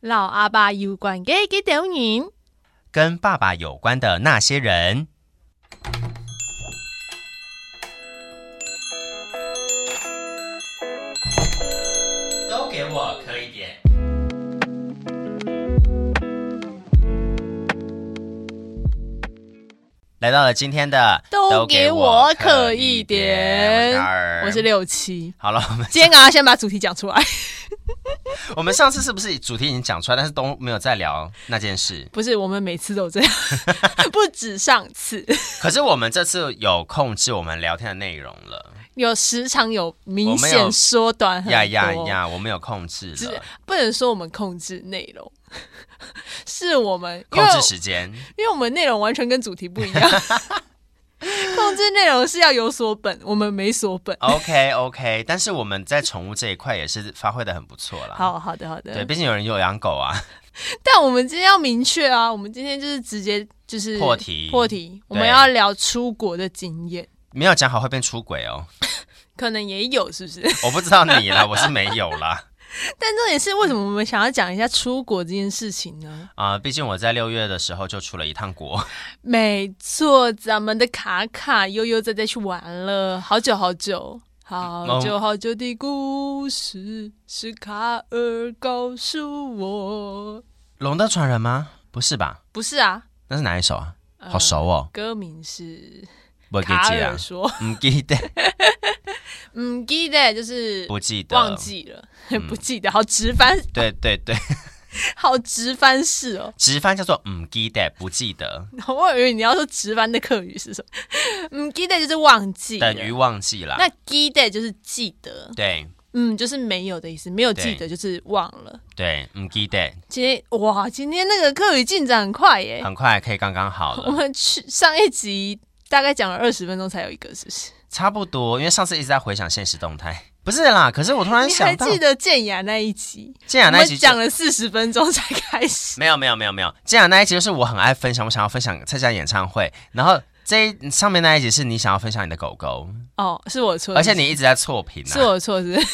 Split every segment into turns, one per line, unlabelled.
老阿爸有关嘅几条人，
跟爸爸有关的那些人，都给我磕一点。来到了今天的，
都给我
磕
可一点。我是
六。
六七。
好了，我们
今天啊，先把主题讲出来。
我们上次是不是主题已经讲出来，但是都没有再聊那件事？
不是，我们每次都这 样，不止上次，
可是我们这次有控制我们聊天的内容了，
有时长有明
我们有
显缩短 很多。
呀呀呀，我们有控制
只
了，
不能说我们控制内容， 是我们因
控
为
制时间。
因为我们内容完全跟主题不一 样。控制内容是要有所本，我们没所本。
哦 OK OK，但 是我们在宠物这一块也是发挥的很不错啦。，
好好的好
对，
的，
毕竟有人有养狗啊，
但我们今天要明确啊，我们今天就是直接就是
破题
破题，我们要聊出国的经验，
没有讲好会变出轨哦。
可能也有是不是？
我不知道你啦，我是没有啦。
但重点是为什么我们想要讲一下出国这件事情呢？
啊、毕竟我在六月的时候就出了一趟国，
没错，咱们的卡卡悠悠在在去玩了，好久好久。好久好久的故事是卡尔告诉我，
龙的传人吗？不是吧？
不是啊，
那是哪一首啊？
呃
好熟哦，
歌名是
我给
卡
记啊
尔，说，
唔记得，
嗯，记得就是
不记得，
忘。记了，
嗯
不记得，好直翻，
对对对，
好直翻式哦。
直翻叫做唔记得，不记得，
我以为你要说直翻的客语是什么？ 嗯，记得就是忘记了
等于忘记啦。
那记得就是记得，
对
嗯，就是没有的意思，没有记
对
得就是忘了。
对，唔记得，
今天哇，今天那个客语进展很快耶！
很快可以刚刚好
我
了，
们去上一集大概讲了二十分钟才有一个，是不是？
差不多。因为上次一直在回想现实动态， 不是啦。可是我突然
你
想
还
到，
记得建雅那一集？
建雅那一集
我们
就
讲了四十分钟才开始。
没有没有没有没有，建雅那一集就是我很爱分享，我想要分享参加演唱会，然后这一上面那一集是你想要分享你的狗狗，
哦，是我错，
嗯而且你一直在错评
是
啊，
我错，是不是。，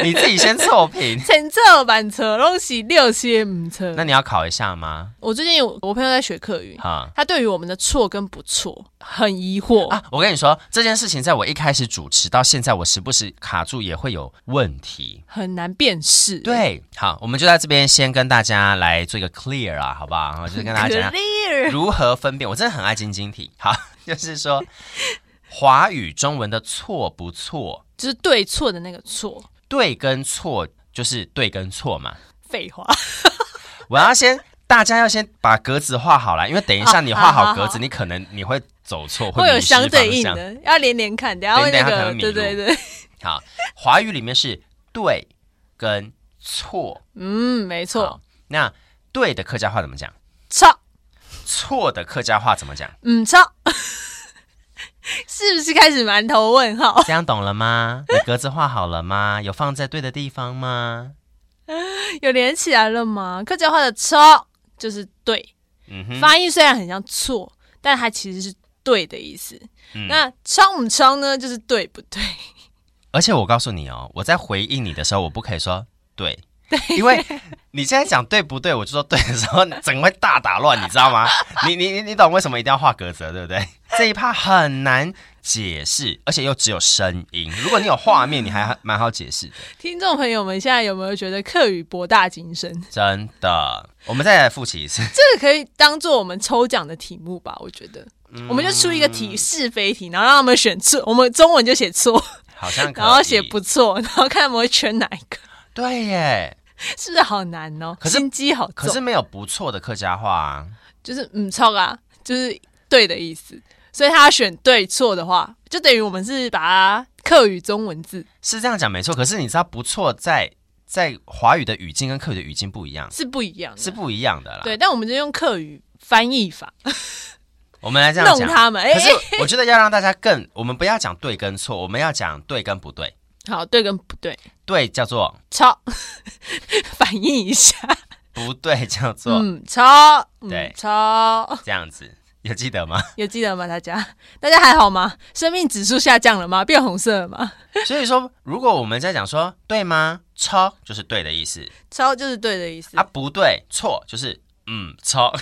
你自己先错评
前侧板车拢是六七五车。
那你要考一下吗？
我最近有我朋友在学客语，
哈、
他对于我们的错跟不错很疑惑。
啊，我跟你说这件事情，在我一开始主持到现在，我时不时卡住也会有问题。
很难辨识，
对，好，我们就在这边先跟大家来做一个 clear 啊，好不好？我就是跟大家 讲
clear
如何分辨。我真的很爱晶晶体， 好，就是说华语中文的错不错，
就是对错的那个错。
对跟错就是对跟错嘛。
废话，
我要先，大家要先把格子画好了，因为等一下
哦
你
好
画好
好
格子，
好
你可能你会走错，
会有
迷失
相
方
对应
向。
的，要连连看，等下会
等一
那
下他可
个，
能迷
对
路
对对，
好，华语里面是对跟错，
嗯，没
好
错，。
那对的客家话怎么讲？
错，
错的客家话怎 么讲？
嗯，错，是不是开始馒头问号？
这样懂了吗？你格子画好了吗？有放在对的地方吗？
有连起来了吗？客家话的错就是对，
嗯哼，
发音虽然很像错，但它其实是对的意思。
嗯
那冲不冲呢？就是对不对？
而且我告诉你哦，我在回应你的时候，我不可以说对，因为你现在讲对不对，我就说对的时候，整个会大打乱，你知道 吗？你你你你懂为什么一定要画格子了，对不对？这一趴很难解释，而且又只有声音。如果你有画面，你还蛮好解释的，
听众朋友们，现在有没有觉得客语博大精深？
真的。我们再来复习一次，
这个可以当做我们抽奖的题目吧？我觉得，
嗯
我们就出一个题是非题，然后让他们选错，我们中文就写错，
好像可以
然后写不错，然后看他们会圈哪一个，
对耶，
是不是好难哦？
可是
心机好
可
重，
是没有不错的客家话啊。
就是嗯错啊，就是对的意思。所以他选对错的话，就等于我们是把它客语中文字
是这样讲没错，可是你知道不错在在华语的语境跟客语的语境不一样，
是不一样的，
是不一样的啦。
对，，但我们就用客语翻译法
我们来这样
弄
讲。
他们。哎、
可是
哎
我觉得要让大家更，我们不要讲对跟错，我们要讲对跟不对。
好，对跟不对，
对叫做
超 反应一下，
不对，叫做
嗯，超，嗯
对
超，
这样子。有记得吗？
有记得吗？大家，大家还好吗？生命指数下降了吗？变红色了吗？
所以说，如果我们在讲说对吗？超就是对的意思
超就是对的意思。
啊，不对，错就是嗯超。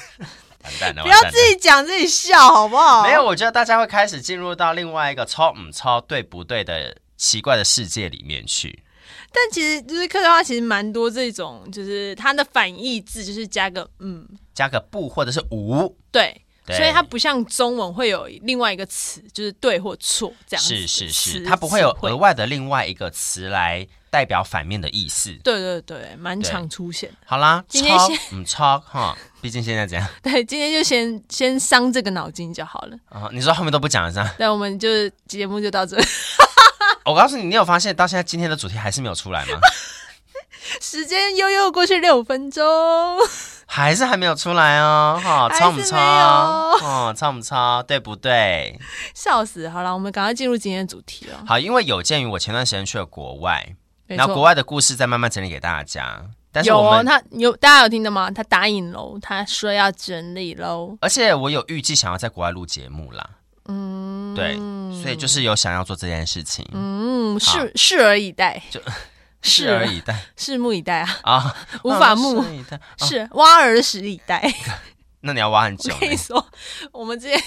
完蛋了，
不要
完蛋了
自己讲自己笑好不好？
没有，，我觉得大家会开始进入到另外一个超嗯超对不对的奇怪的世界里面去。
但其实就是客家话，其实蛮多这种，就是它的反义字就是加个嗯，
加个不或者是无，
对，
对
所以它不像中文会有另外一个词，就是对或错这样子
是
的
是是，
词
它不会有
词汇
额外的另外一个词来代表反面的意思。
对对对，蛮常出现。
好啦，
今天
超
先
嗯超哈，毕竟现在怎样
对，今天就先先伤这个脑筋就好了。
啊、你说后面都不讲了是吧？哦
那我们就节目就到这，
我告诉你，你有发现到现在今天的主题还是没有 出来吗？
时间悠悠过去六分钟，
还是还没有出来哦，哈、
还是
超不超？
没有
哦，超不超？对不对？
笑死！好了，我们赶快进入今天的主题了。
好，因为有鉴于我前段时间去了国外，
没
然后
错，
国外的故事再慢慢整理给大家。但是
有
我
哦，
们，
他有大家有听到吗？他答应喽，他说要整理喽。
而且我有预计想要在国外录节目啦，嗯，对，所以就是有想要做这件事情，
嗯，
好
拭拭而以待，
就
拭
拭而已待
拭目以待啊，
啊，
无法
拭
目
而以待。啊
是挖耳屎以 待。
那你要挖很久
我跟你
呢，
说，我们之前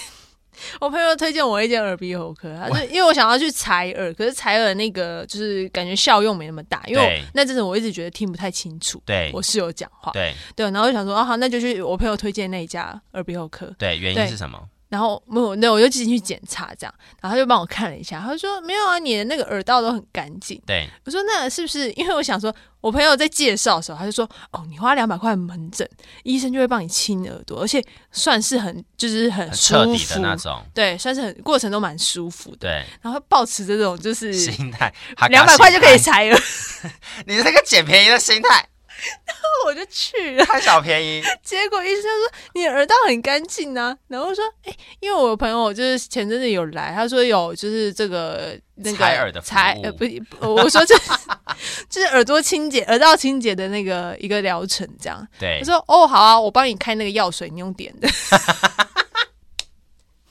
我朋友推荐我一间耳鼻喉科，他说因为我想要去采耳，可是采耳那个就是感觉效用没那么大，因为
对
我那阵子我一直觉得听不太清楚。
对
我室友讲话，
对
对，然后我就想说啊，好，那就去我朋友推荐那一家耳鼻喉科，
对，原因
对
是什么？
然后没有，那我就进去检查这样，然后他就帮我看了一下，他就说没有啊，你的那个耳道都很干净。
对
我说那是不是？因为我想说，我朋友在介绍的时候，他就说：“哦，你花两百块门诊，医生就会帮你清耳朵，而且算是很就是很
很
呃舒
彻底的
服，
那种，
对，算是很过程都蛮舒服的。
对，
然后保持着这种就是
心态，哈嘎
两百块就
心
可以
态，
裁了，
哎你这个捡便宜的心态，
我就去了。
贪小 便宜，
结果医生说你的耳道很干净呢、然后我说：哎、因为我朋友就是前阵子有来，他说有就是这个那个
采耳的服
采
务
呃不是我我说这 就是耳朵清洁、耳道清洁的那个一个疗程这样。”
对
他，说：“哦，好啊，我帮你开那个药水，你用点的。”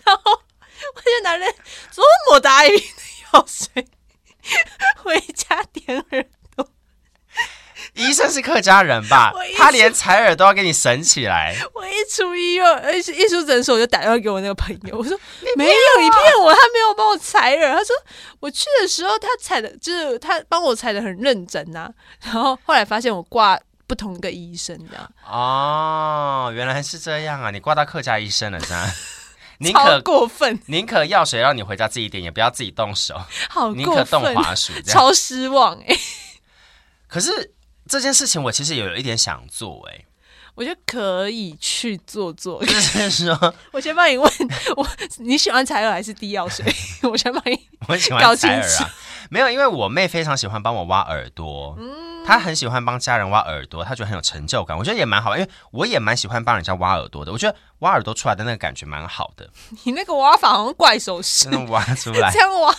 然后我就拿了这么大一瓶的药水 回家点耳，
医生是客家人吧
我一？
他连采耳都要给你省起来，
我一出医院，呃一出一出诊所，我就打电话给我那个朋友，我说：“
啊
没有，你骗我，他没有帮我采耳。”他说：“我去的时候，他采的，就是他帮我采的很认真呐、然后后来发现我挂不同个医生，这样
哦，原来是这样啊！你挂到客家医生了，是吧？ 宁
超
可
过分，
宁可药水让你回家自己点，也不要自己动手，
好
宁
过
可 动
分，
滑鼠这样。
超失望哎、
可是这件事情我其实有一点想做、欸，
我觉得可以去做做。
哎，就是说
我先帮你问，我你喜欢采耳还是滴药水？ 我先帮你。
我喜
搞
欢
清
采耳
楚
啊，没有，因为我妹非常喜欢帮我挖耳朵，她很喜欢帮家人挖耳朵，她觉得很有成就感，我觉得也蛮好玩，因为我也蛮喜欢帮人家挖耳朵的，我觉得挖耳朵出来的那个感觉蛮好的，
你那个挖法好像怪手势
真，的挖出 来
这。样挖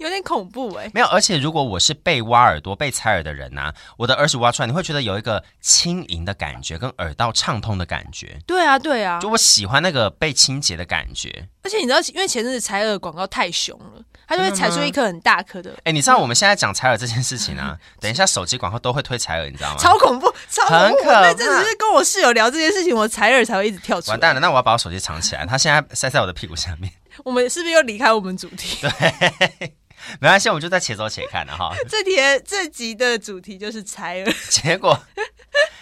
有点恐怖哎、
没有，而且如果我是被挖耳朵、被采耳的人呐、我的耳屎挖出来，你会觉得有一个轻盈的感觉，跟耳道畅通的感觉。
对啊，对啊
就，我喜欢那个被清洁的感觉。
而且你知道，因为前阵子采耳广告太凶了，它就会采出一颗很大颗的，
哎，你知道我们现在讲采耳这件事情啊？等一下手机广告都会推采耳，你知道吗？
超恐怖，超恐
很
怖。
可
我
怕
那阵子是跟我室友聊这件事情，我采耳才会一直跳出来。
完蛋了，那我要把我手机藏起来。它现在塞在我的屁股下面，
我们是不是又离开我们主 题？
没关系，我们就在且走且看了哈。
这节这集的主题就是采耳，
结果，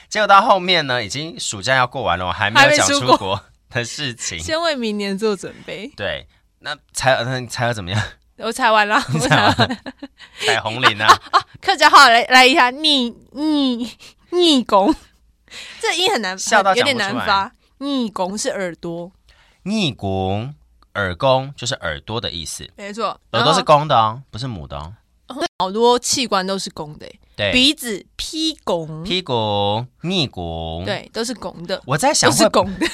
结果到后面呢，已经暑假要过完了，我还没
还
有
没
讲
出
出
国
国的 事情。
先为明年做准备。
对，那采耳，那采耳怎 么样？
我采完了，我采完了。
采红 领啊？
客家话来来一下，逆逆逆拱， 这音很难，
笑到
有点
讲不出
难发。逆拱是耳朵，
逆拱耳弓就是耳朵的意思，
没错，
耳朵是
然
公的哦，不是母的哦。
后好多器官都是拱的欸，
对，
鼻子、劈拱，
屁股、逆拱。，
对，都是拱的，
我在
都
想
是
会，
拱的。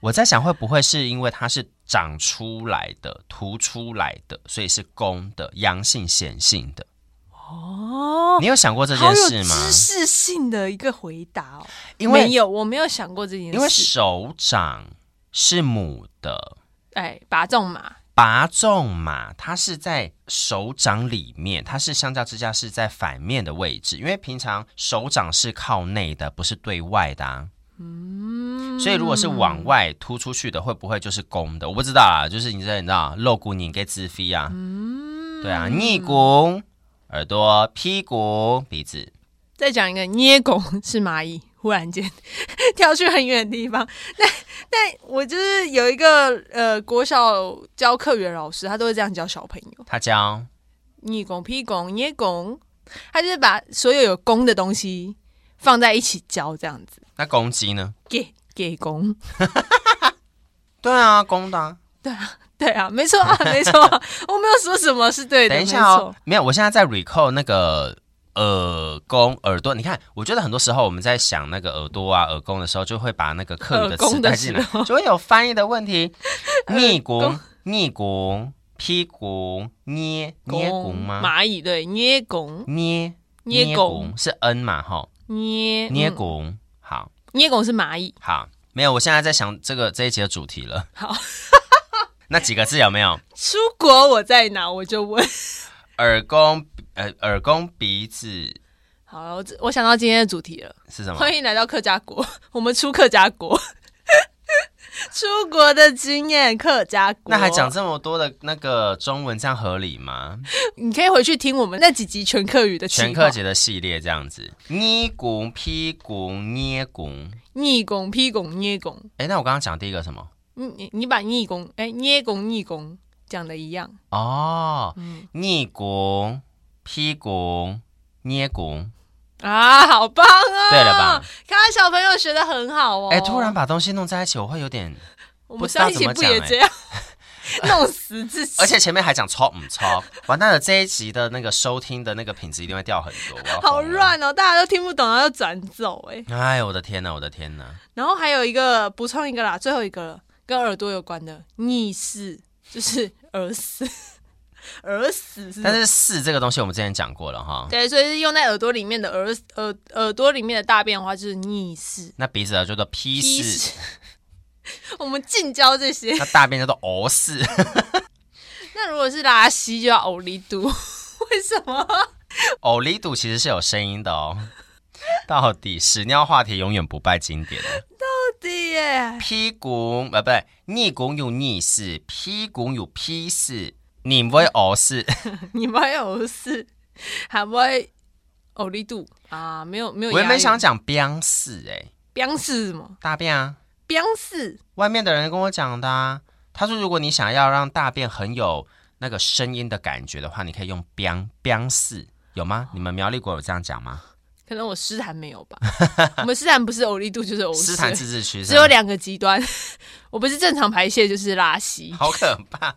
我在想会不会是因为它是长出来的、凸出来的，所以是公的、阳性显性的。
哦，
你有想过这
好
件
有
事吗？
知识性的一个回答哦，
因为
没有，我没有想过这件事，
因为手掌是母的，
哎，拔种嘛，
拔种马，它是在手掌里面，它是相较之下是在反面的位置，因为平常手掌是靠内的，不是对外的、啊。嗯，所以如果是往外突出去的，会不会就是公的？我不知道啊，就是你这你知道，露骨拧给自飞啊，对啊，逆骨、耳朵、屁股、鼻子，
再讲一个捏拱是蚂蚁，忽然间 跳去很远的地方。 但但我就是有一个呃国小教课员老师，他都会这样教小朋友：
它叫
逆拱、屁拱、捏拱，他就是把所有有弓的东西放在一起教，这样子
那公鸡呢？
给给弓。
对啊，公的、啊。
对啊，没错 啊，没错啊、我没有说什么是对的。
等一下哦，没有，我现在在 recall 那个耳弓、耳朵。你看，我觉得很多时候我们在想那个耳朵啊、耳弓的时候，就会把那个客语
耳
的
弓
词
的
带进来
时候，
就会有翻译的问 题。逆
弓
弓、逆弓、屁股、捏
没错，
捏弓吗？
蚂蚁对，捏拱、
捏
捏拱
弓是 n 嘛？哈，
捏
捏
嗯
弓。好
捏拱是蚂蚁，
好，没有，我现在在想这个这一集的主题了。
好，
那几个字有没有？
出国我在哪我就问。
耳弓、呃，耳弓、鼻子
好了，我只我想到今天的主题了。
是什么？
欢迎来到客家国， 我们出客家国， 出国的经验，客家国。
那还讲？这么多的那个中文，这样合理吗？
你可以回去听我们那几集全客语的
全
企
课
划
节的系列这样子，捏骨、屁股、捏骨。
逆拱、劈拱、捏拱。
哎，那我刚刚讲第一个什么？
你你你把逆拱哎捏拱逆拱讲的一样，
哦，
嗯
捏骨、屁股、捏骨。
啊，好棒啊！
对了吧？
看来小朋友学的很好哦。
哎，突然把东西弄在一起，我会有点，
我
不
们
知
上
道
一
怎
集
么
不
讲
也
哎
这样 弄死自己？
欸而且前面还讲超唔 超，完蛋了！这一集的那个收听的那个品质一定会掉很多。我要
好
疯了！
乱哦，大家都听不懂，然后就转走哎、
哎，我的天呐，我的天呐！
然后还有一个补充一个啦，最后一个了，跟耳朵有关的逆视，就是耳死， 耳死是什么。
但是四这个东西我们之前讲过了哈。
嗯对，所以是用在耳朵里面的耳耳耳朵里面的大便的话，就是逆视、
那鼻子啊叫做 P
批
四，
视。 我们近交这些。
那大便叫做 O 四。
那如果是拉稀，就要呕力度， 为什么？
偶力度哦其实是有声音的哦。 到底屎尿话题永远不败经典。
对 耶，
屁股呃，不对，逆拱有逆势，屁股有屁势，你不会哦偶是
你们有事，还不会呕力度啊？没有没有押韵。
我原本想讲 biang 势，哎，
biang 是什么
大便啊！
？biang 是
外面的人跟我讲的、啊，他说如果你想要让大便很有那个声音的感觉的话，你可以用 biang biang 势，有吗？你们苗栗国有这样讲吗？
可能我诗坛没有吧， 我们诗坛不是欧力度哦就是欧
斯 坦自治区
只有
是吗
两个极端， 我不是正常排泄就是拉稀，
好可怕。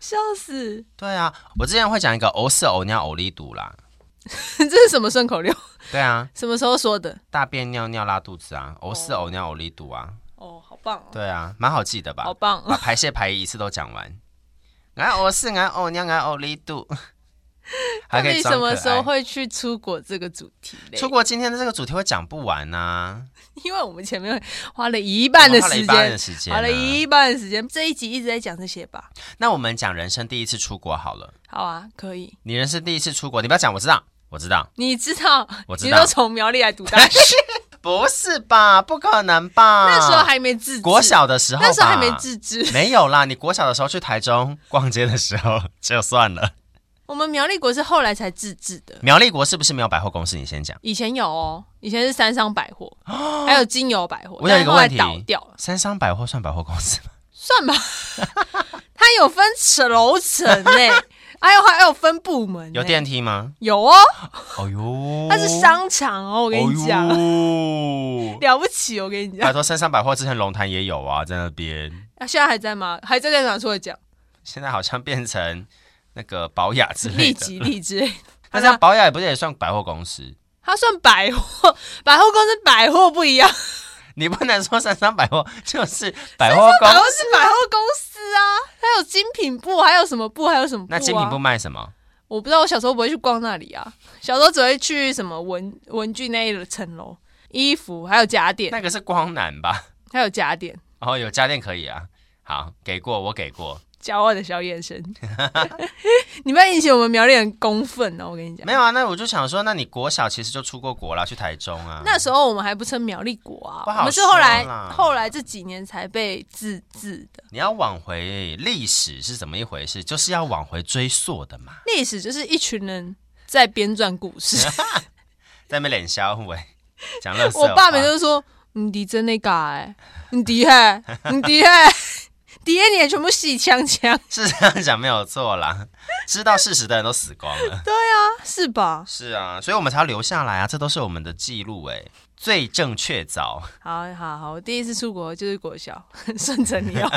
笑死！
对啊，我之前会讲一个偶是哦偶尿偶力度啦。
这是什么顺口溜？
对啊，
什么时候说的？
大便尿尿拉肚子啊，呕屎呕尿呕力肚啊，
哦，好棒哦，
对啊，蛮好记的吧
好？棒哦！
把排泄排一次都讲完。 俺呕屎，俺呕尿，俺呕 力肚，还
到
可
底
以
什
装
么
可
时候
爱。
会去出国这个主题嘞？
出国今天的这个主题会讲不完呐、
因为我们前面花了一
啊，
半的
花了
时
一半
间
的，时间、啊
花了一半的时间，这一集一直在讲这些吧？
那我们讲人生第一次出国好了。
好啊，可以。
你人生第一次出国，你不要讲，我知道，我知道，
你知道，
我知
你
道
都从苗栗来读 大学，
不是吧？不可能吧？
那时候还没自知，
国小的时候吧，
那时候还没自知。
没有啦。你国小的时候去台中逛街的时候就算了。
我们苗栗国是后来才自治的，
苗栗国是不是没有百货公司？你先讲。
以前有哦，以前是三商百 货，还有金友百货，
我有一个问题
但后来倒掉了，
三商百货算百货公司吗？
算吧。它有分层楼层呢， 还有还 有分部门呢，
有电梯吗？
有哦，
哦呦，
它是商场哦，我
我
跟你讲，
哦呦、
了不起，我跟你讲
拜，托，三商百货之前龙潭也有啊，在那边。
啊现在还在吗？还在在哪出来 讲？
现在好像变成那个宝雅之类
立
的。
即立即，
那像宝雅也不是也算百货公司？
它算百货，百货公司百货不一样，
你不能说三商百货就是百货公
百货是百货公司啊，它有精品部，还有什么部，还有什么部、啊？
那精品部卖什么？
我不知道，我小时候不会去逛那里啊，小时候只会去什么文文具那一层楼，衣服还有家电，
那个是光南吧？
还有家电，
然后有家电可以啊。好，给过我给过，
骄傲的小眼 神。你不要引起我们苗栗人公愤哦！我跟你讲，
没有啊。那我就想说，那你国小其实就出过国啦，去台中啊。
那时候我们还不称苗栗国啊，
不好
我们是后来
说啦
后来这几年才被自治的。
你要往回历史是怎么一回事，就是要往回追溯的嘛。
历史就是一群人在编撰故 事。
在那边脸消喂， 讲乐色话。
我爸每次都说：“你迪真那嘎哎，你迪嘿，你迪嘿， 迪耶脸全部洗枪枪，
是这样讲没有错啦，知道事实的人都死光了。
是吧
是啊，所以我们才要留下来啊，这都是我们的记录哎，最正确凿。？”
好好好，我第一次出国就是国小， 顺着 你哦，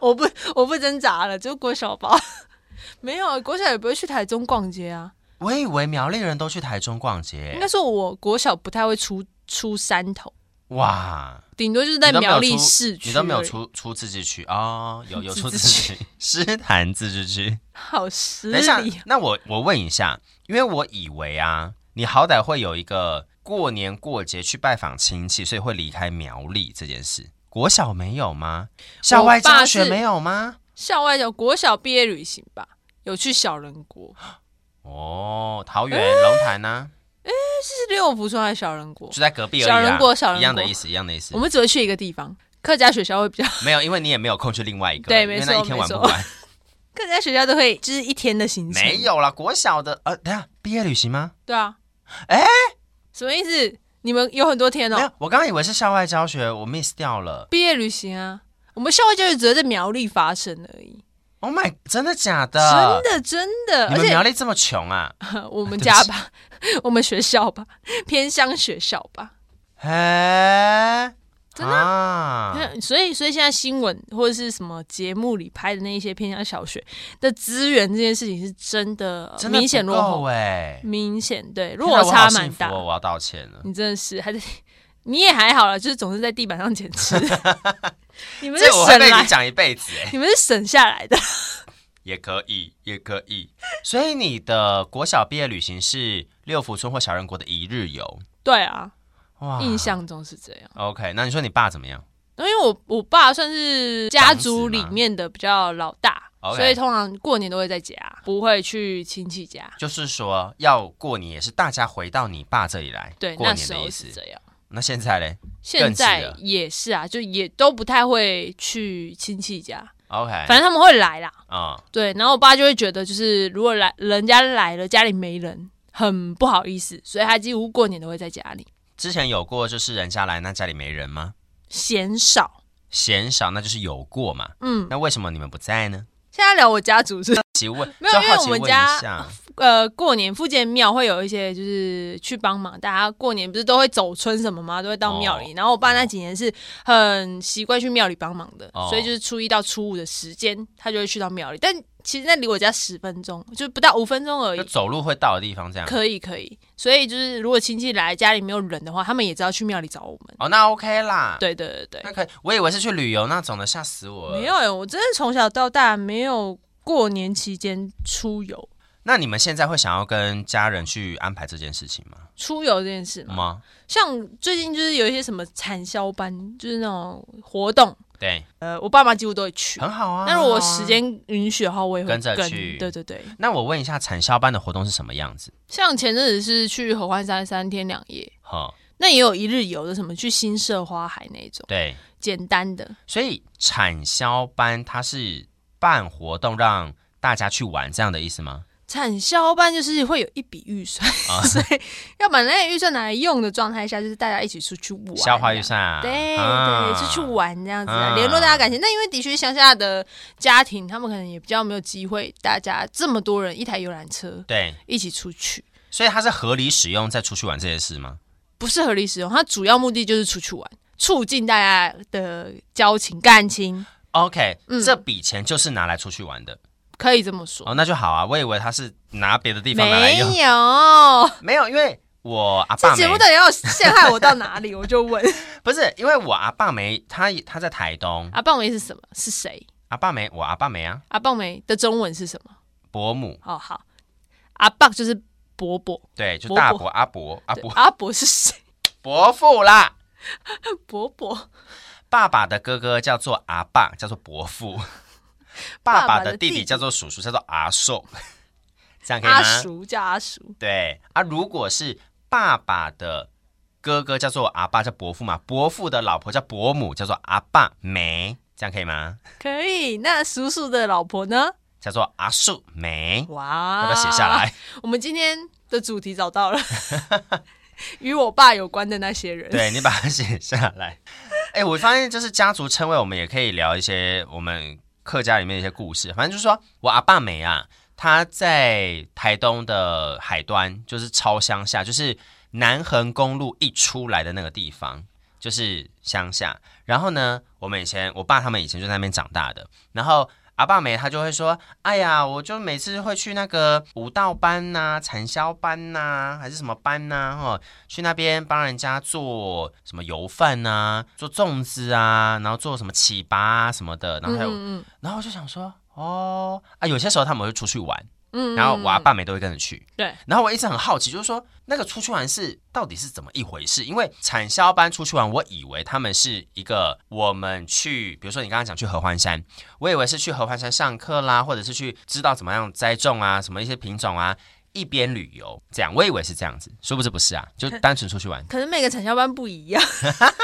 我不我不挣扎了，就国小吧。 没有，国小也不会去台中逛街啊。
我以为苗栗人都去台中逛街，
应该说，我国小不太会出出山头，
哇，
顶多就是在
你都没有
苗栗
出
市区而已。
你都没有出出自治区哦，有有出
自
自
治
治区， 诗坛自治区。
好失
等一下
礼哦，
那我我问一下，因为我以为啊，你好歹会有一个过年过节去拜访亲戚，所以会离开苗栗这件事。国小没有吗？校外教学没有吗？
校外有国小毕业旅行吧，有去小人国，
哦，桃园、龙潭呢、
这是六福村还是小人国？
就在隔壁而已、啊。
小人国小人国
一样的意思，一样的意思
我。们只会去一个地方，客家学校会比较，
没有，因为你也没有空去另外一个，
对
因为
没错
那一天玩不 完。
客家学校都会就是一天的行程。
没，有啦，国小的呃，等一下毕业旅行吗？
对啊，
哎
什么意思？你们有很多天
没
哦，
有，我刚刚以为是校外教学，我 miss 掉了。
毕业旅行啊，我们校外教育只会在苗栗发生而已，
Oh my，真的假
真
的？
的真的，
啊你
而
们
且
苗栗这么穷啊？
我们家吧， 我们学校吧，偏乡学校吧。
哎，
真
的、啊？
所以，所以现在新闻或者是什么节目里拍的那一些偏向小学的资源，这件事情是真的呃
真的
明显落后，
哎、
明显对
天哪
落
我好
差
幸
蛮
福
大。
哦我要道歉了。
你真的是还是 你也还好了，就是总是在地板上捡吃的。 你们是
这我会
省
被你
来，
讲一辈子哎，
你们是省下来的。
也可以，也可以。所以你的国小毕业旅行是六福村或小人国的一日游，
对啊，
哇
印象中是这样。
OK，那你说你爸怎么样？
因为我我爸算是家族里面的比较老大，
长子吗 OK
所以通常过年都会在家，不会去亲戚家。
就是说要过年也是大家回到你爸这里来，
对，
过
那
年
时
的
候
意
是
思。
这样。
那现在嘞
现在
更是了
也是啊，就也都不太会去亲戚家，
？OK，
反正他们会来啦。
啊、
对，然后我爸就会觉得，就是如果来人家来了，家里没人，很不好意思，所以他几乎过年都会在家里，
之前有过就是人家来，那家里没人吗？
嫌少。
嫌少，那就是有过嘛。
嗯，
那为什么你们不在呢？
现在聊我家族是，
奇问，
没有
就
因为
好
我
奇
们
问一
家
下，
呃，过年附近的庙会有一些就是去帮忙，大家过年不是都会走村什么吗？都会到庙
哦
里。然后我爸那几年是很习惯去庙里帮忙的，
哦
所以就是初一到初五的时间，他就会去到庙里。但其实那离我家十分钟，就不到五分钟而已
就。走路会到的地方这样。
可以可以，所以就是如果亲戚来家里没有人的话，他们也知道去庙里找我们。
哦，那 OK 啦。，
对对对
那可以。我以为是去旅游那种的，吓死我
对，
了。
没有。哎、我真的从小到大没有过年期间出游，
那你们现在会想要跟家人去安排这件事情吗？
出游这件事嘛。
吗？
像最近就是有一些什么产销班，就是那种活动，
对，
呃，我爸妈几乎都会去。
很好啊。
但如果我
很好啊
时，间允许的话，我也会
跟着去
对对对，
那我问一下，产销班的活动是什么样子？
像前阵子是去合欢山三天两夜，
哈，
那也有一日游的，什么去新社花海那种
对，
简单的。
所以产销班它是办活动让大家去玩这样的意思吗？
产销班就是会有一笔预算，
啊
所以要把那个预算拿来用的状态下，就是大家一起出去玩，
消化预。算啊？
对
啊
对，出去。玩这样子啊，
啊
联络大家感情。那因为的确乡下的家庭，他们可能也比较没有机会，大家这么多人一台游览车
对，
一起出去，
所以它是合理使用再出去玩这些事吗？
不是合理使用。它主要目的就是出去玩，促进大家的交情感情，
OK，、
嗯
这笔钱就是拿来出去玩的
可以这么说。
哦，那就好啊。我以为他是拿别的地方拿来
没
用，
有，
没有，因为我阿
这
爸
节目
没
到底要陷害我到哪里？我就 问
不是，因为我阿爸没他他在台东，
阿棒梅是什么？是谁？
阿爸没我阿爸没啊，
阿棒梅的中文是什么？
伯母
哦，好，阿棒就是伯伯，
对，就
伯
大
伯
伯阿伯阿
对
伯
阿伯是谁？
伯父啦，
伯伯，
爸爸的哥哥叫做阿爸，叫做伯父；爸爸的弟弟叫做叔叔，叫做阿寿。这样可以
阿
吗？
叔叫阿叔，
对啊，如果是爸爸的哥哥叫做阿爸，叫伯父嘛，伯父的老婆叫伯母，叫做阿爸梅，这样可以吗？
可以。那叔叔的老婆呢？
叫做阿树梅，
哇，
要不要写下来？？
我们今天的主题找到了， 与我爸有关的那些人。
对你把它写下来。哎、我发现就是家族称谓，我们也可以聊一些我们客家里面的一些故事。反正就是说我阿爸梅啊，他在台东的海端，就是超乡下，就是南横公路一出来的那个地方，就是乡下。然后呢，我们以前我爸他们以前就在那边长大的，然后。阿爸梅他就会说：“哎呀，我就每次会去那个舞蹈班呐、产销班呐、还是什么班呐、哦，去那边帮人家做什么油饭啊，做粽子啊，然后做什么糍粑啊什么的，然后还有，
嗯
然后我就想说，哦啊，有些时候他们会出去玩，
嗯
然后我阿爸每都会跟着去，
对，
然后我一直很好奇，就是说那个出去玩是到底是怎么一回事？因为产销班出去玩，我以为他们是一个我们去，比如说你刚刚讲去合欢山，我以为是去合欢山上课啦，或者是去知道怎么样栽种啊，什么一些品种啊。一边旅游，这样我以为是这样子，殊不知不是啊，就单纯出去玩。
可能每个产销班不一样，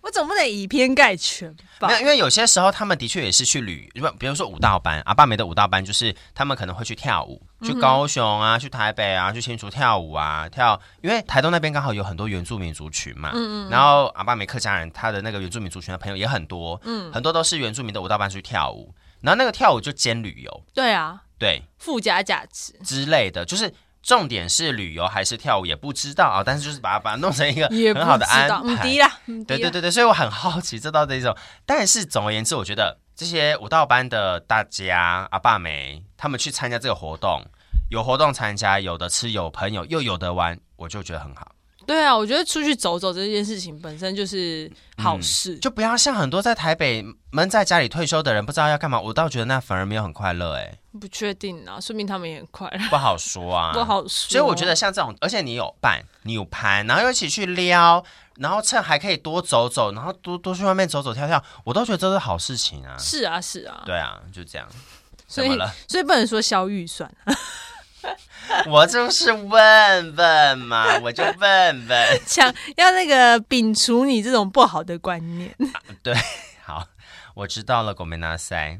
我总不能以偏概全吧
没？有，因为有些时候他们的确也是去旅，不，比如说舞蹈班，阿爸梅的舞蹈班就是他们可能会去跳舞，
嗯
去高雄啊，去台北啊，去新竹跳舞啊，跳，因为台东那边刚好有很多原住民族群嘛，嗯嗯，然后阿爸梅客家人他的那个原住民族群的朋友也很多，嗯，很多都是原住民的舞蹈班去跳舞，然后那个跳舞就兼旅游，
对啊，
对
附加价值
之类的，就是。重点是旅游还是跳舞也不知道啊，但是就是把它把它弄成一个
也不
很好的安
知
排
道，，嗯，低啦，嗯
对
低
对
啦
对对，所以我很好奇这到底是什么。 但是总而言之，我觉得这些舞蹈班的大家阿爸梅他们去参加这个活动，有活动参加，有的吃，有朋友，又有的玩，我就觉得很好。
对啊！我觉得出去走走这件事情本身就是好事，
嗯就不要像很多在台北闷在家里退休的人，不知道要干嘛。我倒觉得那反而没有很快乐，哎，
不确定啊，说明他们也很快乐，
不好说啊，
不好说。
所以我觉得像这种，而且你有伴，你有盘，然后又一起去撩，然后趁还可以多走走，然后多多去外面走走跳跳，我都觉得这是好事情啊。
是啊是啊，
对啊，就这样。
所
怎
以
么了？
所以不能说消预算，啊
我就是问问嘛，我就问问。
想要那个摒除你这种不好的观念，
好，我知道了，狗没拿塞。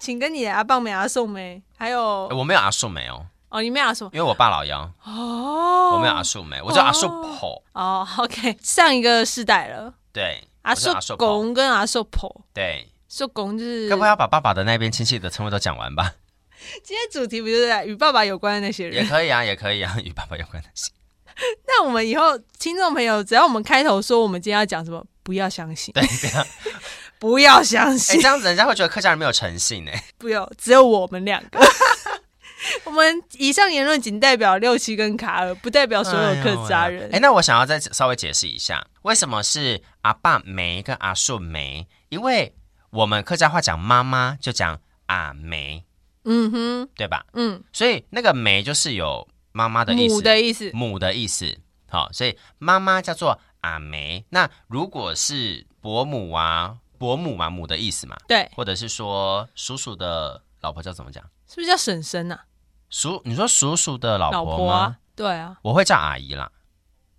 请跟你的阿棒梅、阿宋梅，还有
呃我没有阿树梅哦，
哦，你没有阿宋
因为我爸老幺，
哦，
我没有阿树梅，我叫阿树婆。
哦，OK，上一个世代了，
对，
阿
我是
寿
阿寿婆。
公跟阿寿婆，
对，
寿公就是
要不要把爸爸的那边亲戚的称谓都讲完吧？
今天主题不就是在与爸爸有关的那些
也
人？
可以啊，也可以啊，与爸爸有关的 事。
那我们以后听众朋友，只要我们开头说我们今天要讲什么，不要相信，
对，这样，
不要相
哎，
信
这，样子人家会觉得客家人没有诚信呢。
不要，只有我们两个。 我们以上言论仅代表六七跟卡尔，不代表哦所有客家人
哎、。那我想要再稍微解释一下，为什么是阿爸梅跟阿顺梅？因为我们客家话讲妈妈就讲阿梅，
嗯哼，
对吧？
嗯，
所以那个梅就是有妈妈的意思，
母的意思，
母的意思。好，所以妈妈叫做阿梅。那如果是伯母啊，伯母嘛，母的意思嘛，
对，
或者是说叔叔的老婆叫怎么讲？
是不是叫婶婶啊？
叔，你说叔叔的老
老
婆吗？
婆啊，对啊，
我会叫阿姨啦，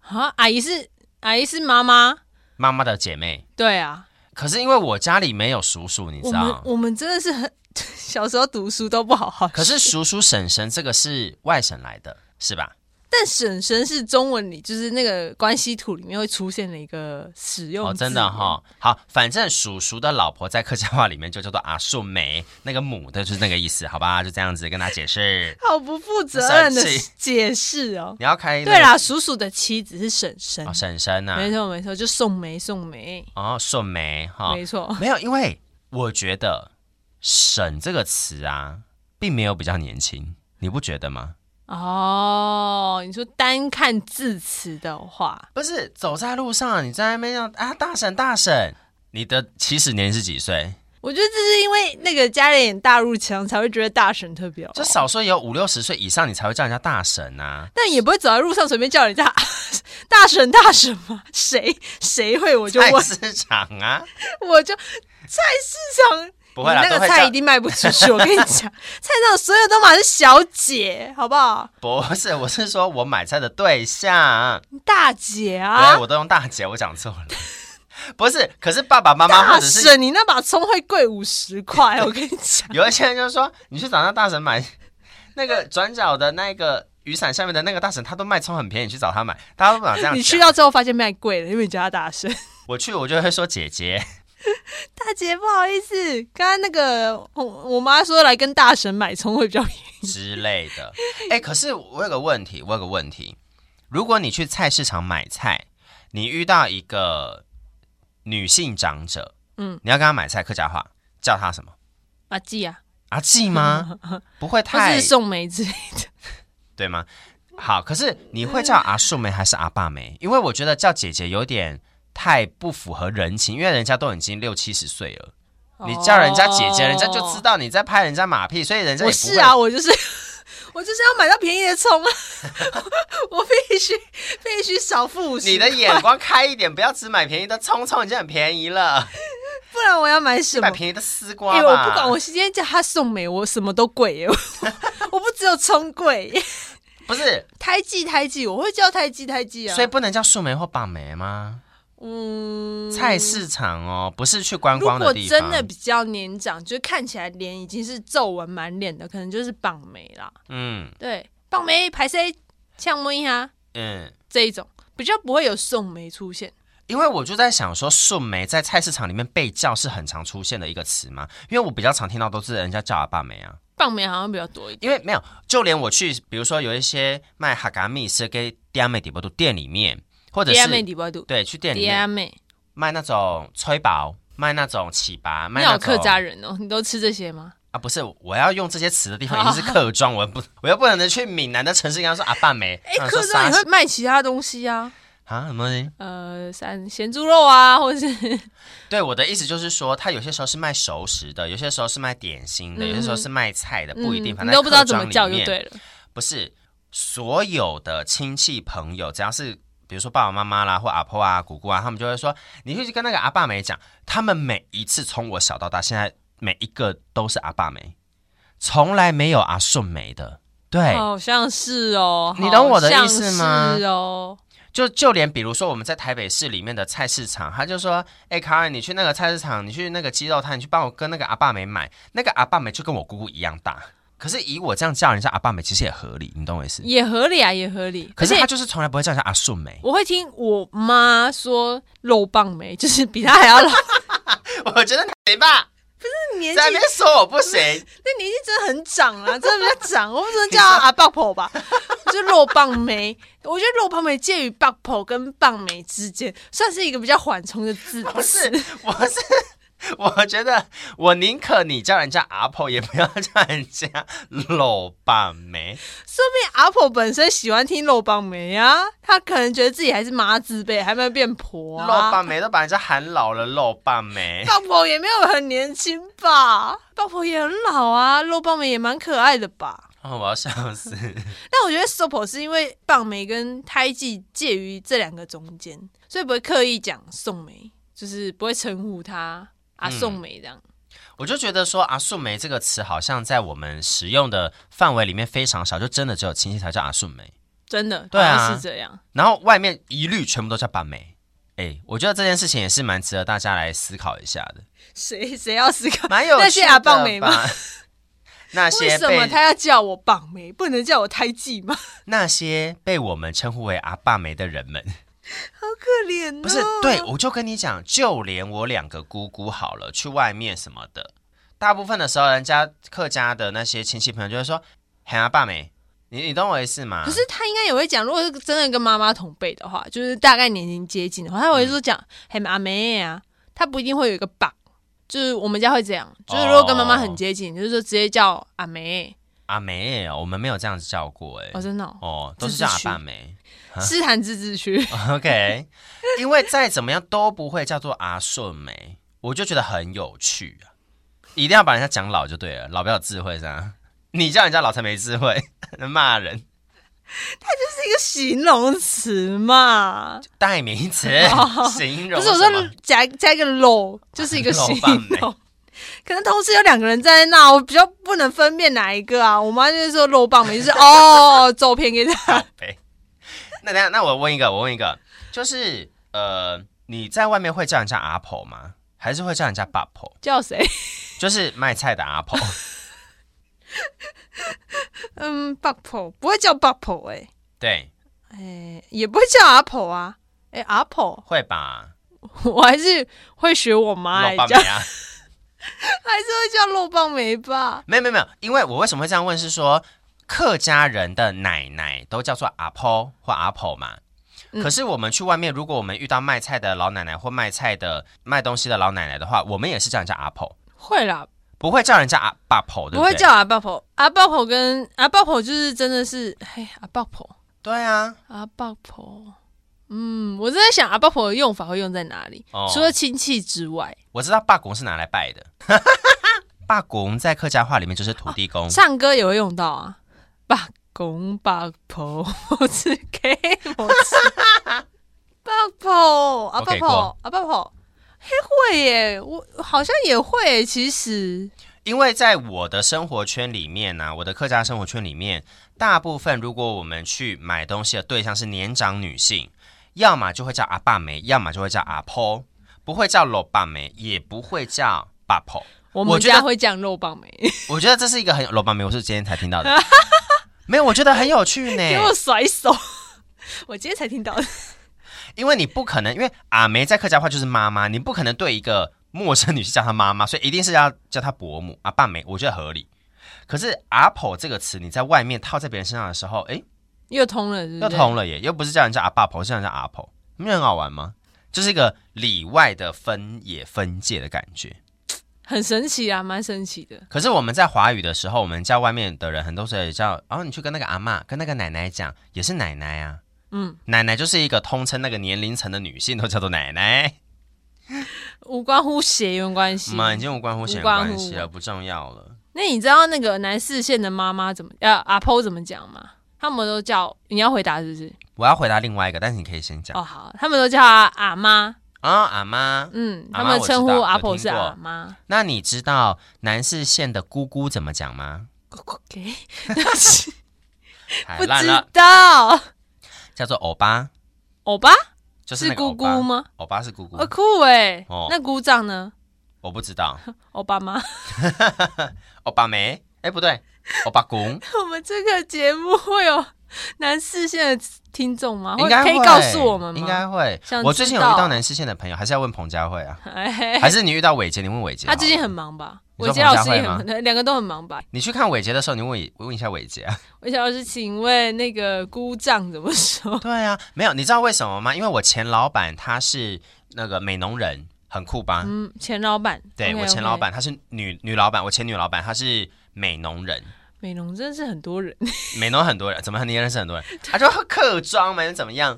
啊，阿姨是阿姨是妈妈，
妈妈的姐妹。
对啊，
可是因为我家里没有叔叔，你
我
知
们
道。
我们真的是很 小时候读书都不好好，
可是叔叔婶婶这个是外省来的，是吧？
但婶婶是中文里就是那个关系图里面会出现的一个使用
哦，
字
真的哈、好，反正叔叔的老婆在客家话里面就叫做阿树梅，那个母的就是那个意思，好吧？就这样子跟他解释。
好不负责任的
生气
解释哦。
你要开、那个、
对啦，叔叔的妻子是婶婶，
哦，婶婶呐、
没错没错，就宋梅宋梅，
哦，顺梅哈、
没错，
没有，因为我觉得“婶”这个词啊，并没有比较年轻，你不觉得吗？
哦，你说单看字词的话，
不是，走在路上，你在那边让啊，大婶大婶，你的起始年是几岁？
我觉得这是因为那个家人演大入腔才会觉得大神特别好
就，少说也有五六十岁以上，你才会叫人家大神啊。
但也不会走在路上随便叫人家 大神大神嘛，谁谁会我就
菜
问，
市场啊，
我就菜市场。
不会啦，
你那
都
个
会
菜一
叫。
定卖不出去，我跟你讲，菜市场所有都满是小姐，好不好？
不是，我是说我买菜的对象，哎
大姐啊
对，我都用大姐，我讲错了。 不是，可是爸爸妈妈或
大
者是
婶，你那把葱会贵五十 块，我跟你讲，
有一些人就说，你去找那大神买那个转角的那个雨伞下面的那个大神，他都卖葱很便宜，你去找他买，大家都不想这样
你去
讲。
到之后发现卖贵了，因为你叫她大婶。
我去，我就会说姐姐，
大姐，不好意思，刚刚那个我我妈说来跟大婶买葱会比较便宜，
之类的。哎、可是我有个问题，我有个问题，如果你去菜市场买菜，你遇到一个女性长者，
嗯，
你要跟她买菜，客家话叫她什么？
啊记啊，
阿季吗？ 不会
或
太
是送梅之类的。
对吗？好，可是你会叫阿树梅还是阿爸梅？因为我觉得叫姐姐有点太不符合人情，因为人家都已经六七十岁了，
哦
你叫人家姐姐，人家就
道。
知道你在拍人家马屁，所以人家
哦我
也不会
是啊，我就是我就是要买到便宜的葱啊， 我必须必须少付五十，
你的眼光开一点，不要只买便宜的葱葱，已经很便宜了，
不然我要买什
你
么
买？便宜的丝
哎、
瓜吧。
我不管，我今天叫他送美，我什么都贵耶，我 我不只有葱贵，
不是，
胎记胎记，我会叫胎记胎记啊。
所以不能叫树梅或把梅吗？
嗯，
菜市场哦，不是去观
如
光
果
的地方。
真的比较年长，就是看起来脸已经是皱纹满脸的，可能就是绑眉啦。
嗯
对，绑眉排 C 呛眉哈
嗯，
这一种，比较不会有送眉出现。
因为我就在想说，树梅在菜市场里面被叫是很常出现的一个词嘛，因为我比较常听到都是人家叫阿爸梅啊，
绑眉好像比较多一点。
因为没有，就连我去，比如说有一些卖哈嘎米是给嗲妹底波度店里面，或者
爹妹
是
底巴度，
对去店里
爹
面
妹，
卖那种吹薄，卖那种起拔，卖
那
那
我客
种
家人哦，你都吃这些吗？
啊，不是，我要用这些词的地
哦
方一定是客庄，我不，我又不能去闽南的城市跟他说阿爸梅，
哎、
他们说
客家也
啥
会卖其他东西啊，
啊什么东西？
呃，三咸猪肉啊，或者是
对，我的意思就是说，他有些时候是卖熟食的，有些时候是卖点心的，有些时候是卖菜的，不一定，
嗯
反
你
正
都不知道怎么
客
叫就
庄里面
对了。
不是所有的亲戚朋友，只要是比如说爸爸妈妈啦，或阿婆啊、姑姑啊，他们就会说，你去跟那个阿爸梅讲，他们每一次从我小到大，现在每一个都是阿爸梅，从来没有阿顺梅的。对，
好像是哦，
你懂我的意思吗
好像是哦，
就就连比如说我们在台北市里面的菜市场，他就说：“哎、卡尔，你去那个菜市场，你去那个鸡肉摊，你去帮我跟那个阿爸梅买。”那个阿爸梅就跟我姑姑一样大，可是以我这样叫人家阿爸梅，其实也合理，你懂我意思？
也合理啊，也合理。
可是
而且
他就是从来不会叫人家阿顺梅，
我会听我妈说肉棒梅，就是比她还要 老。
我觉得你谁吧，
年纪
在那边说我不行，
那年纪真的很长啊，真的比较长。我不能 叫她阿棒婆吧，就肉棒梅。我觉得肉棒梅介于棒婆跟棒梅之间，算是一个比较缓冲的字
不是
词。，
我是。我觉得我宁可你叫人家阿婆，也不要叫人家老爸梅。
说明阿婆本身喜欢听肉棒梅啊，她可能觉得自己还是妈字辈，还没有变婆
老
啊。
爸梅都把人家喊老了，老爸 梅。
鲍勃也没有很年轻吧？鲍勃也很老啊，肉棒梅也蛮可爱的吧？
哦，我要笑死。
但我觉得 sopo 是因为棒梅跟胎记介于这两个中间，所以不会刻意讲宋梅，就是不会称呼她
嗯
啊宋梅这样。
我就觉得说阿顺梅这个词好像在我们使用的范围里面非常少，就真的只有亲戚才叫阿顺梅，
真的，
对啊
好像是这样。
然后外面一律全部都叫板梅。哎，我觉得这件事情也是蛮值得大家来思考一下的，
谁谁要思考？
蛮有趣的吧
那些阿棒梅吗？
那
为
些
什么
被
他要叫我棒梅，不能叫我胎记吗？
那些被我们称呼为阿爸梅的人 们，
好可怜哦。
不是对，我就跟你讲，就连我两个姑姑好了，去外面什么的，大部分的时候，人家客家的那些亲戚朋友就会说喊阿爸梅，你你懂我意思吗？
可是他应该也会讲，如果是真的跟妈妈同辈的话，就是大概年龄接近的话，他会
嗯
说讲“嘿阿妹啊”，他不一定会有一个绑。就是我们家会这样，
哦
就是如果跟妈妈很接近，就是说直接叫阿梅
阿梅，我啊们没有这样子叫过哎、
哦，真的哦、
哦，都是叫阿爸梅。
是韩自治区
啊 OK，因为再怎么样都不会叫做阿顺梅，我就觉得很有趣啊。一定要把人家讲老就对了，老不要有智慧是吧？你叫人家老才没智慧，骂人
一个形容词嘛，
代名词、形容
哦不是我
什么欸
说加加一个搂，就是一个
肉
形
饭美
容。 可能同时有两个人在那，我比较不能分辨哪一个啊。我妈就是说肉棒嘛，就是哦，照片给他
靠背。那那那我问一个，我问一个，就是呃，你在外面会叫人家阿婆吗？还是会叫人家爸婆？
叫谁？
就是卖菜的阿婆，
嗯，八婆不会叫八婆哎、
对，
欸，哎、也不会叫阿婆啊，哎、阿婆，
会吧？
我还是会学我妈、欸
老，爸
叫
没啊？
还是会叫肉棒梅吧。
没有没有没有，因为我为什么会这样问是说，客家人的奶奶都叫做阿婆或阿婆嘛。
嗯
可是我们去外面，如果我们遇到卖菜的老奶奶或卖菜的卖东西的老奶奶的话，我们也是叫人家阿婆，
会啦，
不会叫人家阿爸婆，对
不
对？
会叫阿爆婆，阿爆婆跟阿爆婆就是真的是，嘿，阿爆婆，
对啊，
阿爆婆，嗯，我正在想阿爆婆的用法会用在哪里，
哦
除了亲戚之外，
我知道爸公是拿来拜的， 爸公在客家话里面就是土地公，
唱歌也会用到啊，八公八婆，我吃 K，我 吃，八婆，阿爆
给
婆
过，
阿爆婆，嘿会耶，我好像也会耶，其实
因为在我的生活圈里面呢、我的客家生活圈里面，大部分如果我们去买东西的对象是年长女性，要么就会叫阿爸梅，要么就会叫阿婆，不会叫老爸梅，也不会叫爸婆。
我们
我觉得
家会讲肉棒梅，
我觉得这是一个很老爸梅，我是今天才听到的，没有，我觉得很有趣呢。
给我甩手， 我今天才听到的。
因为你不可能，因为阿梅在客家话就是妈妈，你不可能对一个陌生女性叫她妈妈，所以一定是要叫她伯母、啊阿爸梅，我觉得合理。可是阿婆这个词，你在外面套在别人身上的时候，诶，
又通了，是不
又
是？
通了耶，又不是叫人家阿爸婆，是叫人家阿婆，你不觉得很好玩吗？就是一个里外的分野分界的感觉。
很神奇啊，蛮神奇的。
可是我们在华语的时候，我们叫外面的人很多时候也叫，哦，你去跟那个阿嬷、跟那个奶奶讲，也是奶奶啊。
嗯，
奶奶就是一个通称那个年龄层的女性都叫做奶奶。
无关乎血缘关系。
嘛，已经无关乎血
无
缘
关
关
乎
系了，不重要了。
那你知道那个南四县的妈妈怎么呃阿婆怎么讲吗？他们都叫你要回答是不是？
我要回答另外一个，但是你可以先讲
哦，好，他们都叫她阿妈，
啊、阿妈。
嗯，
阿
他
妈
们
我知道
称呼阿婆
有
是
听过
阿妈。
那你知道南势县的姑姑怎么讲吗？
OK，
太
不
哎烂
知
了，
道，
叫做欧巴，
欧巴
就是
是
那个
姑
欧
姑
巴。
吗？
欧巴是姑姑
哦，，酷哎
哦，
那姑丈呢？
我不知道。
欧巴妈，
欧巴梅，哎，不对，欧巴 公
我们这个节目会有南四县的听众吗？
应
会哦
该
可
会
以告诉我们吗？
应该会
想。
我最近有
知道
遇到南势县的朋友，还是要问彭佳慧啊，
哎，
还是你遇到伟杰？你问伟杰好
他
了。
最近很忙吧？
你
伟
说
杰
彭
老
佳
师
慧
也
吗
很，两个都很忙吧？
你去看伟杰的时候，你问问一下伟杰啊。
伟杰老师，请问那个姑丈怎么说？
对啊，没有，你知道为什么吗？因为我前老板他是那个美农人，很酷吧？
嗯，前老板，
对
OK，
我前
OK
老板她是女女老板，我前女老板她是美农人，
美容真的是很多人
美农很多人，怎么你也认识很多人？她、就客庄嘛，又怎么样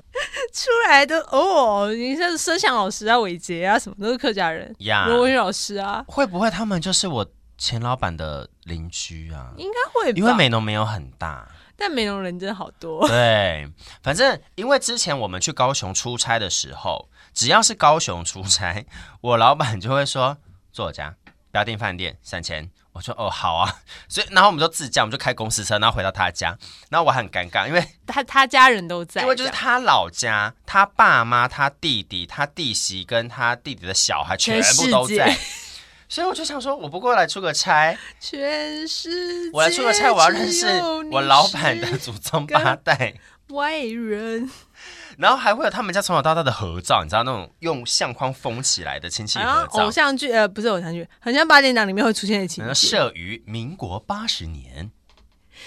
出来的哦，你像是声响老师啊、伟杰啊，什么都是客家人，
呀
罗文宇老师啊，
会不会他们就是我前老板的邻居啊？
应该会吧？
因为美农没有很大，
但美容人真的好 多，
对，反正因为之前我们去高雄出差的时候，只要是高雄出差，我老板就会说坐我家，不要订饭店，省钱。我说哦好啊， 所以然后我们就自驾，我们就开公司车，然后回到他家，然后我很尴尬，因为
他他家人都在，
因为就是
这样
他老家，他爸妈、他弟弟、他弟媳跟他弟弟的小孩全
全
部
世
都
界
在， 所以我就想说，我不过来出个差，
全世界，
我来出个差，我要认识我老板的祖宗八代。
外 人，
然后还会有他们家从小到大的合照，你知道那种用相框封起来的亲戚
好
合
像
照，
偶像剧呃不是偶像剧，很像八点档里面会出现的情
然后
节。
设于民国八十年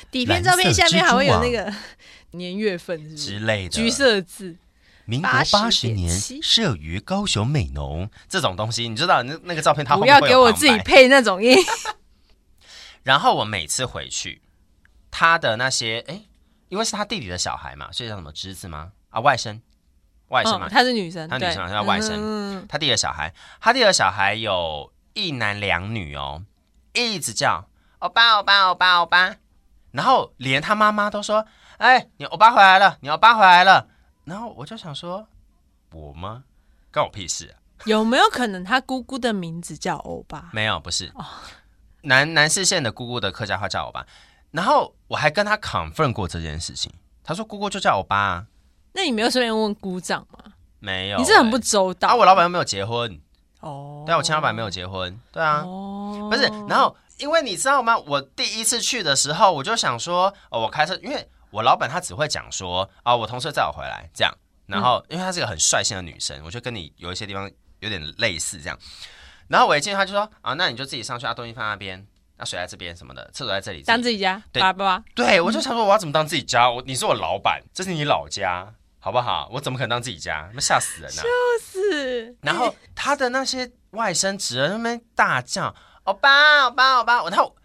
底片照片下面还会有那个 年月份，是不
之
是？
类的。
橘色字，
民国八十年
80.7
设于高雄美浓这种东西，你知道那那个照片它后
不
面
要
会有
给我
旁
自己
白
配那种音。
然后我每次回去，他的那些哎，因为是他弟弟的小孩嘛，所以叫什么侄子吗？啊，外甥，外 甥嘛，
她哦是女生，
她女
对
生好像外甥
嗯
他弟的小孩，他弟的小孩有一男两女哦。一直叫欧巴欧巴欧巴欧巴，然后连他妈妈都说：“哎，你欧巴回来了，你欧巴回来了。”然后我就想说，我吗？关我屁事、啊！
有没有可能他姑姑的名字叫欧巴？
没有，不是。
哦
南南市县的姑姑的客家话叫欧巴，然后我还跟他 confirm 过这件事情，他说姑姑就叫欧巴、啊，
那你没有顺便问姑丈吗？
没有、
你是很不周
欸啊，
到
我老板又没有结婚，
哦。
对啊，我前老板没有结婚，对啊，
哦，
不是，然后因为你知道吗？我第一次去的时候，我就想说，哦，我开车，因为我老板他只会讲说，啊、我同事载我回来这样。然后，
嗯
因为她是个很率性的女生，我就跟你有一些地方有点类似这样。然后我一进去，他就说，啊，那你就自己上去，啊，东西放那边，那水在这边什么的，厕所在这里。
当自己嗯家，
对
爸爸
对，我就想说，我要怎么当自己家？我你是我老板，这是你老家，好不好？我怎么可能当自己家？那吓死人啊！
是
然后他的那些外甥侄儿在那边大叫“欧巴，欧巴，欧巴”，我然后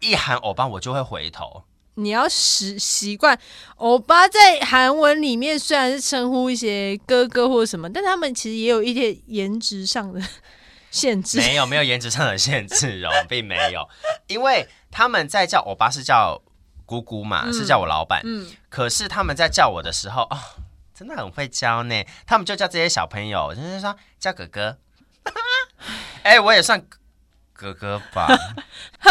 一喊“欧巴”，我就会回头。
你要习习惯，欧巴在韩文里面虽然是称呼一些哥哥或什么，但他们其实也有一些颜值上的限制。
没有，没有颜值上的限制哦，并没有，因为他们在叫欧巴是叫姑姑嘛，是叫我老板。
嗯，
可是他们在叫我的时候，哦，真的很会教呢。他们就叫这些小朋友，就是说叫哥哥。 哎、我也算哥哥吧。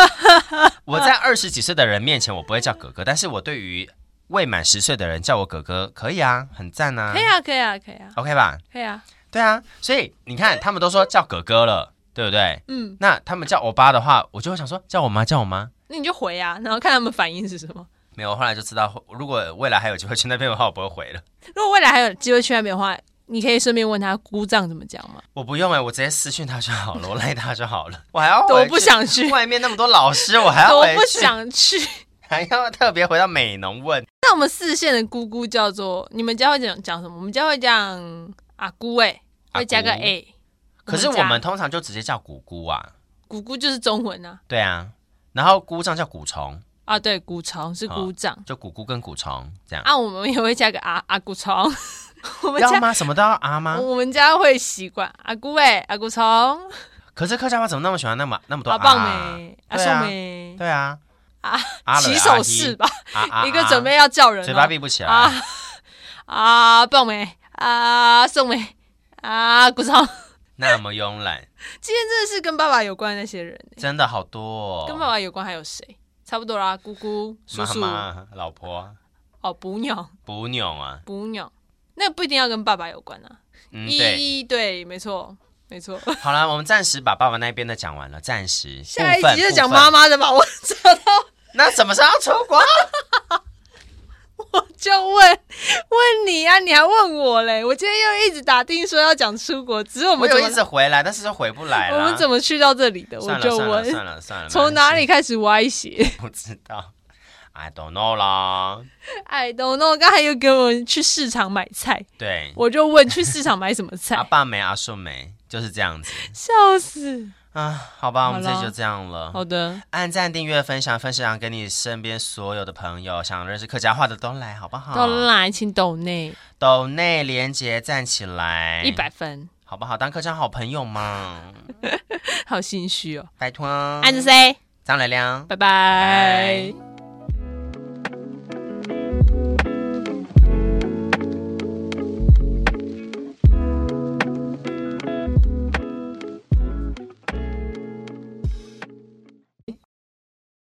我在二十几岁的人面前，我不会叫哥哥，但是我对于未满十岁的人叫我哥哥，可以啊，很赞啊
可以啊，可以啊，可以啊，
，OK 吧？
可以啊。
对啊，所以你看，他们都说叫哥哥了，对不对？
嗯，
那他们叫欧巴的话，我就会想说叫我妈，叫我妈。
那你就回啊，然后看他们反应是什么。
没有，我后来就知道，如果未来还有机会去那边的话，我不会回了。
如果未来还有机会去那边的话，你可以顺便问他姑丈怎么讲吗？
我不用哎、我直接私讯他就好了，我赖他就 好了。我还要
多
回
不
去
想去，
外面那么多老师，我 还要
多
回
不
去，
想去。
还要特别回到美农问
那我们四县的姑姑叫做，你们家会讲讲什么？我们家会讲阿姑哎、会加个
阿姑
a。
可是我
家
们通常就直接叫姑姑啊，
姑姑就是中文啊，
对啊，然后姑丈叫古虫，
啊对，姑床是姑丈。
就姑姑跟古虫这样，
啊，我们也会加个阿阿姑虫，我们
要
家
吗？什么都要啊吗？
我们家会习惯阿姑哎、阿姑虫，
可是客家话怎么那么喜欢那么那么多
阿
啊？
棒妹，阿
对
寿
啊
妹，
对啊，
啊
阿了
起手式，吧，
阿姨啊啊
一个准备要叫人哦，
啊嘴巴闭不起来
啊，啊棒妹，啊宋妹，啊姑虫，
那么慵懒，
今天真的是跟爸爸有关的那些人，
真的好多哦。
跟爸爸有关还有谁？差不多啦，姑姑、叔叔，
妈妈、老婆、
哦，捕鸟，
补鸟啊，
捕鸟，那不一定要跟爸爸有关啊，
嗯，对。
一对，没错，没 错。
好了，我们暂时把爸爸那边的讲完了，暂时。
下一
部分
集就讲
部分
妈妈的吧，我找到
那什么时候要出 国？
我就问 问你啊，你还问我嘞？我今天又一直打听说要讲出国，只是我
我
们怎
有
么
一直回来，但是就回不来
我
了。
们怎么去到这里的？我
算了
就
算了
问
算了算了，
从哪里开始歪斜
不知道？I don't know 啦。
？I don't know。刚才又跟我们去市场买菜，
对，
我就问去市场买什么菜
阿，爸没阿顺没，就是这样子
笑死。
啊。好吧，我们
好
这
啦
集就这样了。
好的，
按赞、订阅、分享、分享给你身边所有的朋友，想认识客家话的都来，好不好？
到来请抖内
抖内连结站起来，
一百分，
好不好？当客家好朋友嘛，
好心虚哦。
拜托。
安子 C，
张来亮。
拜拜。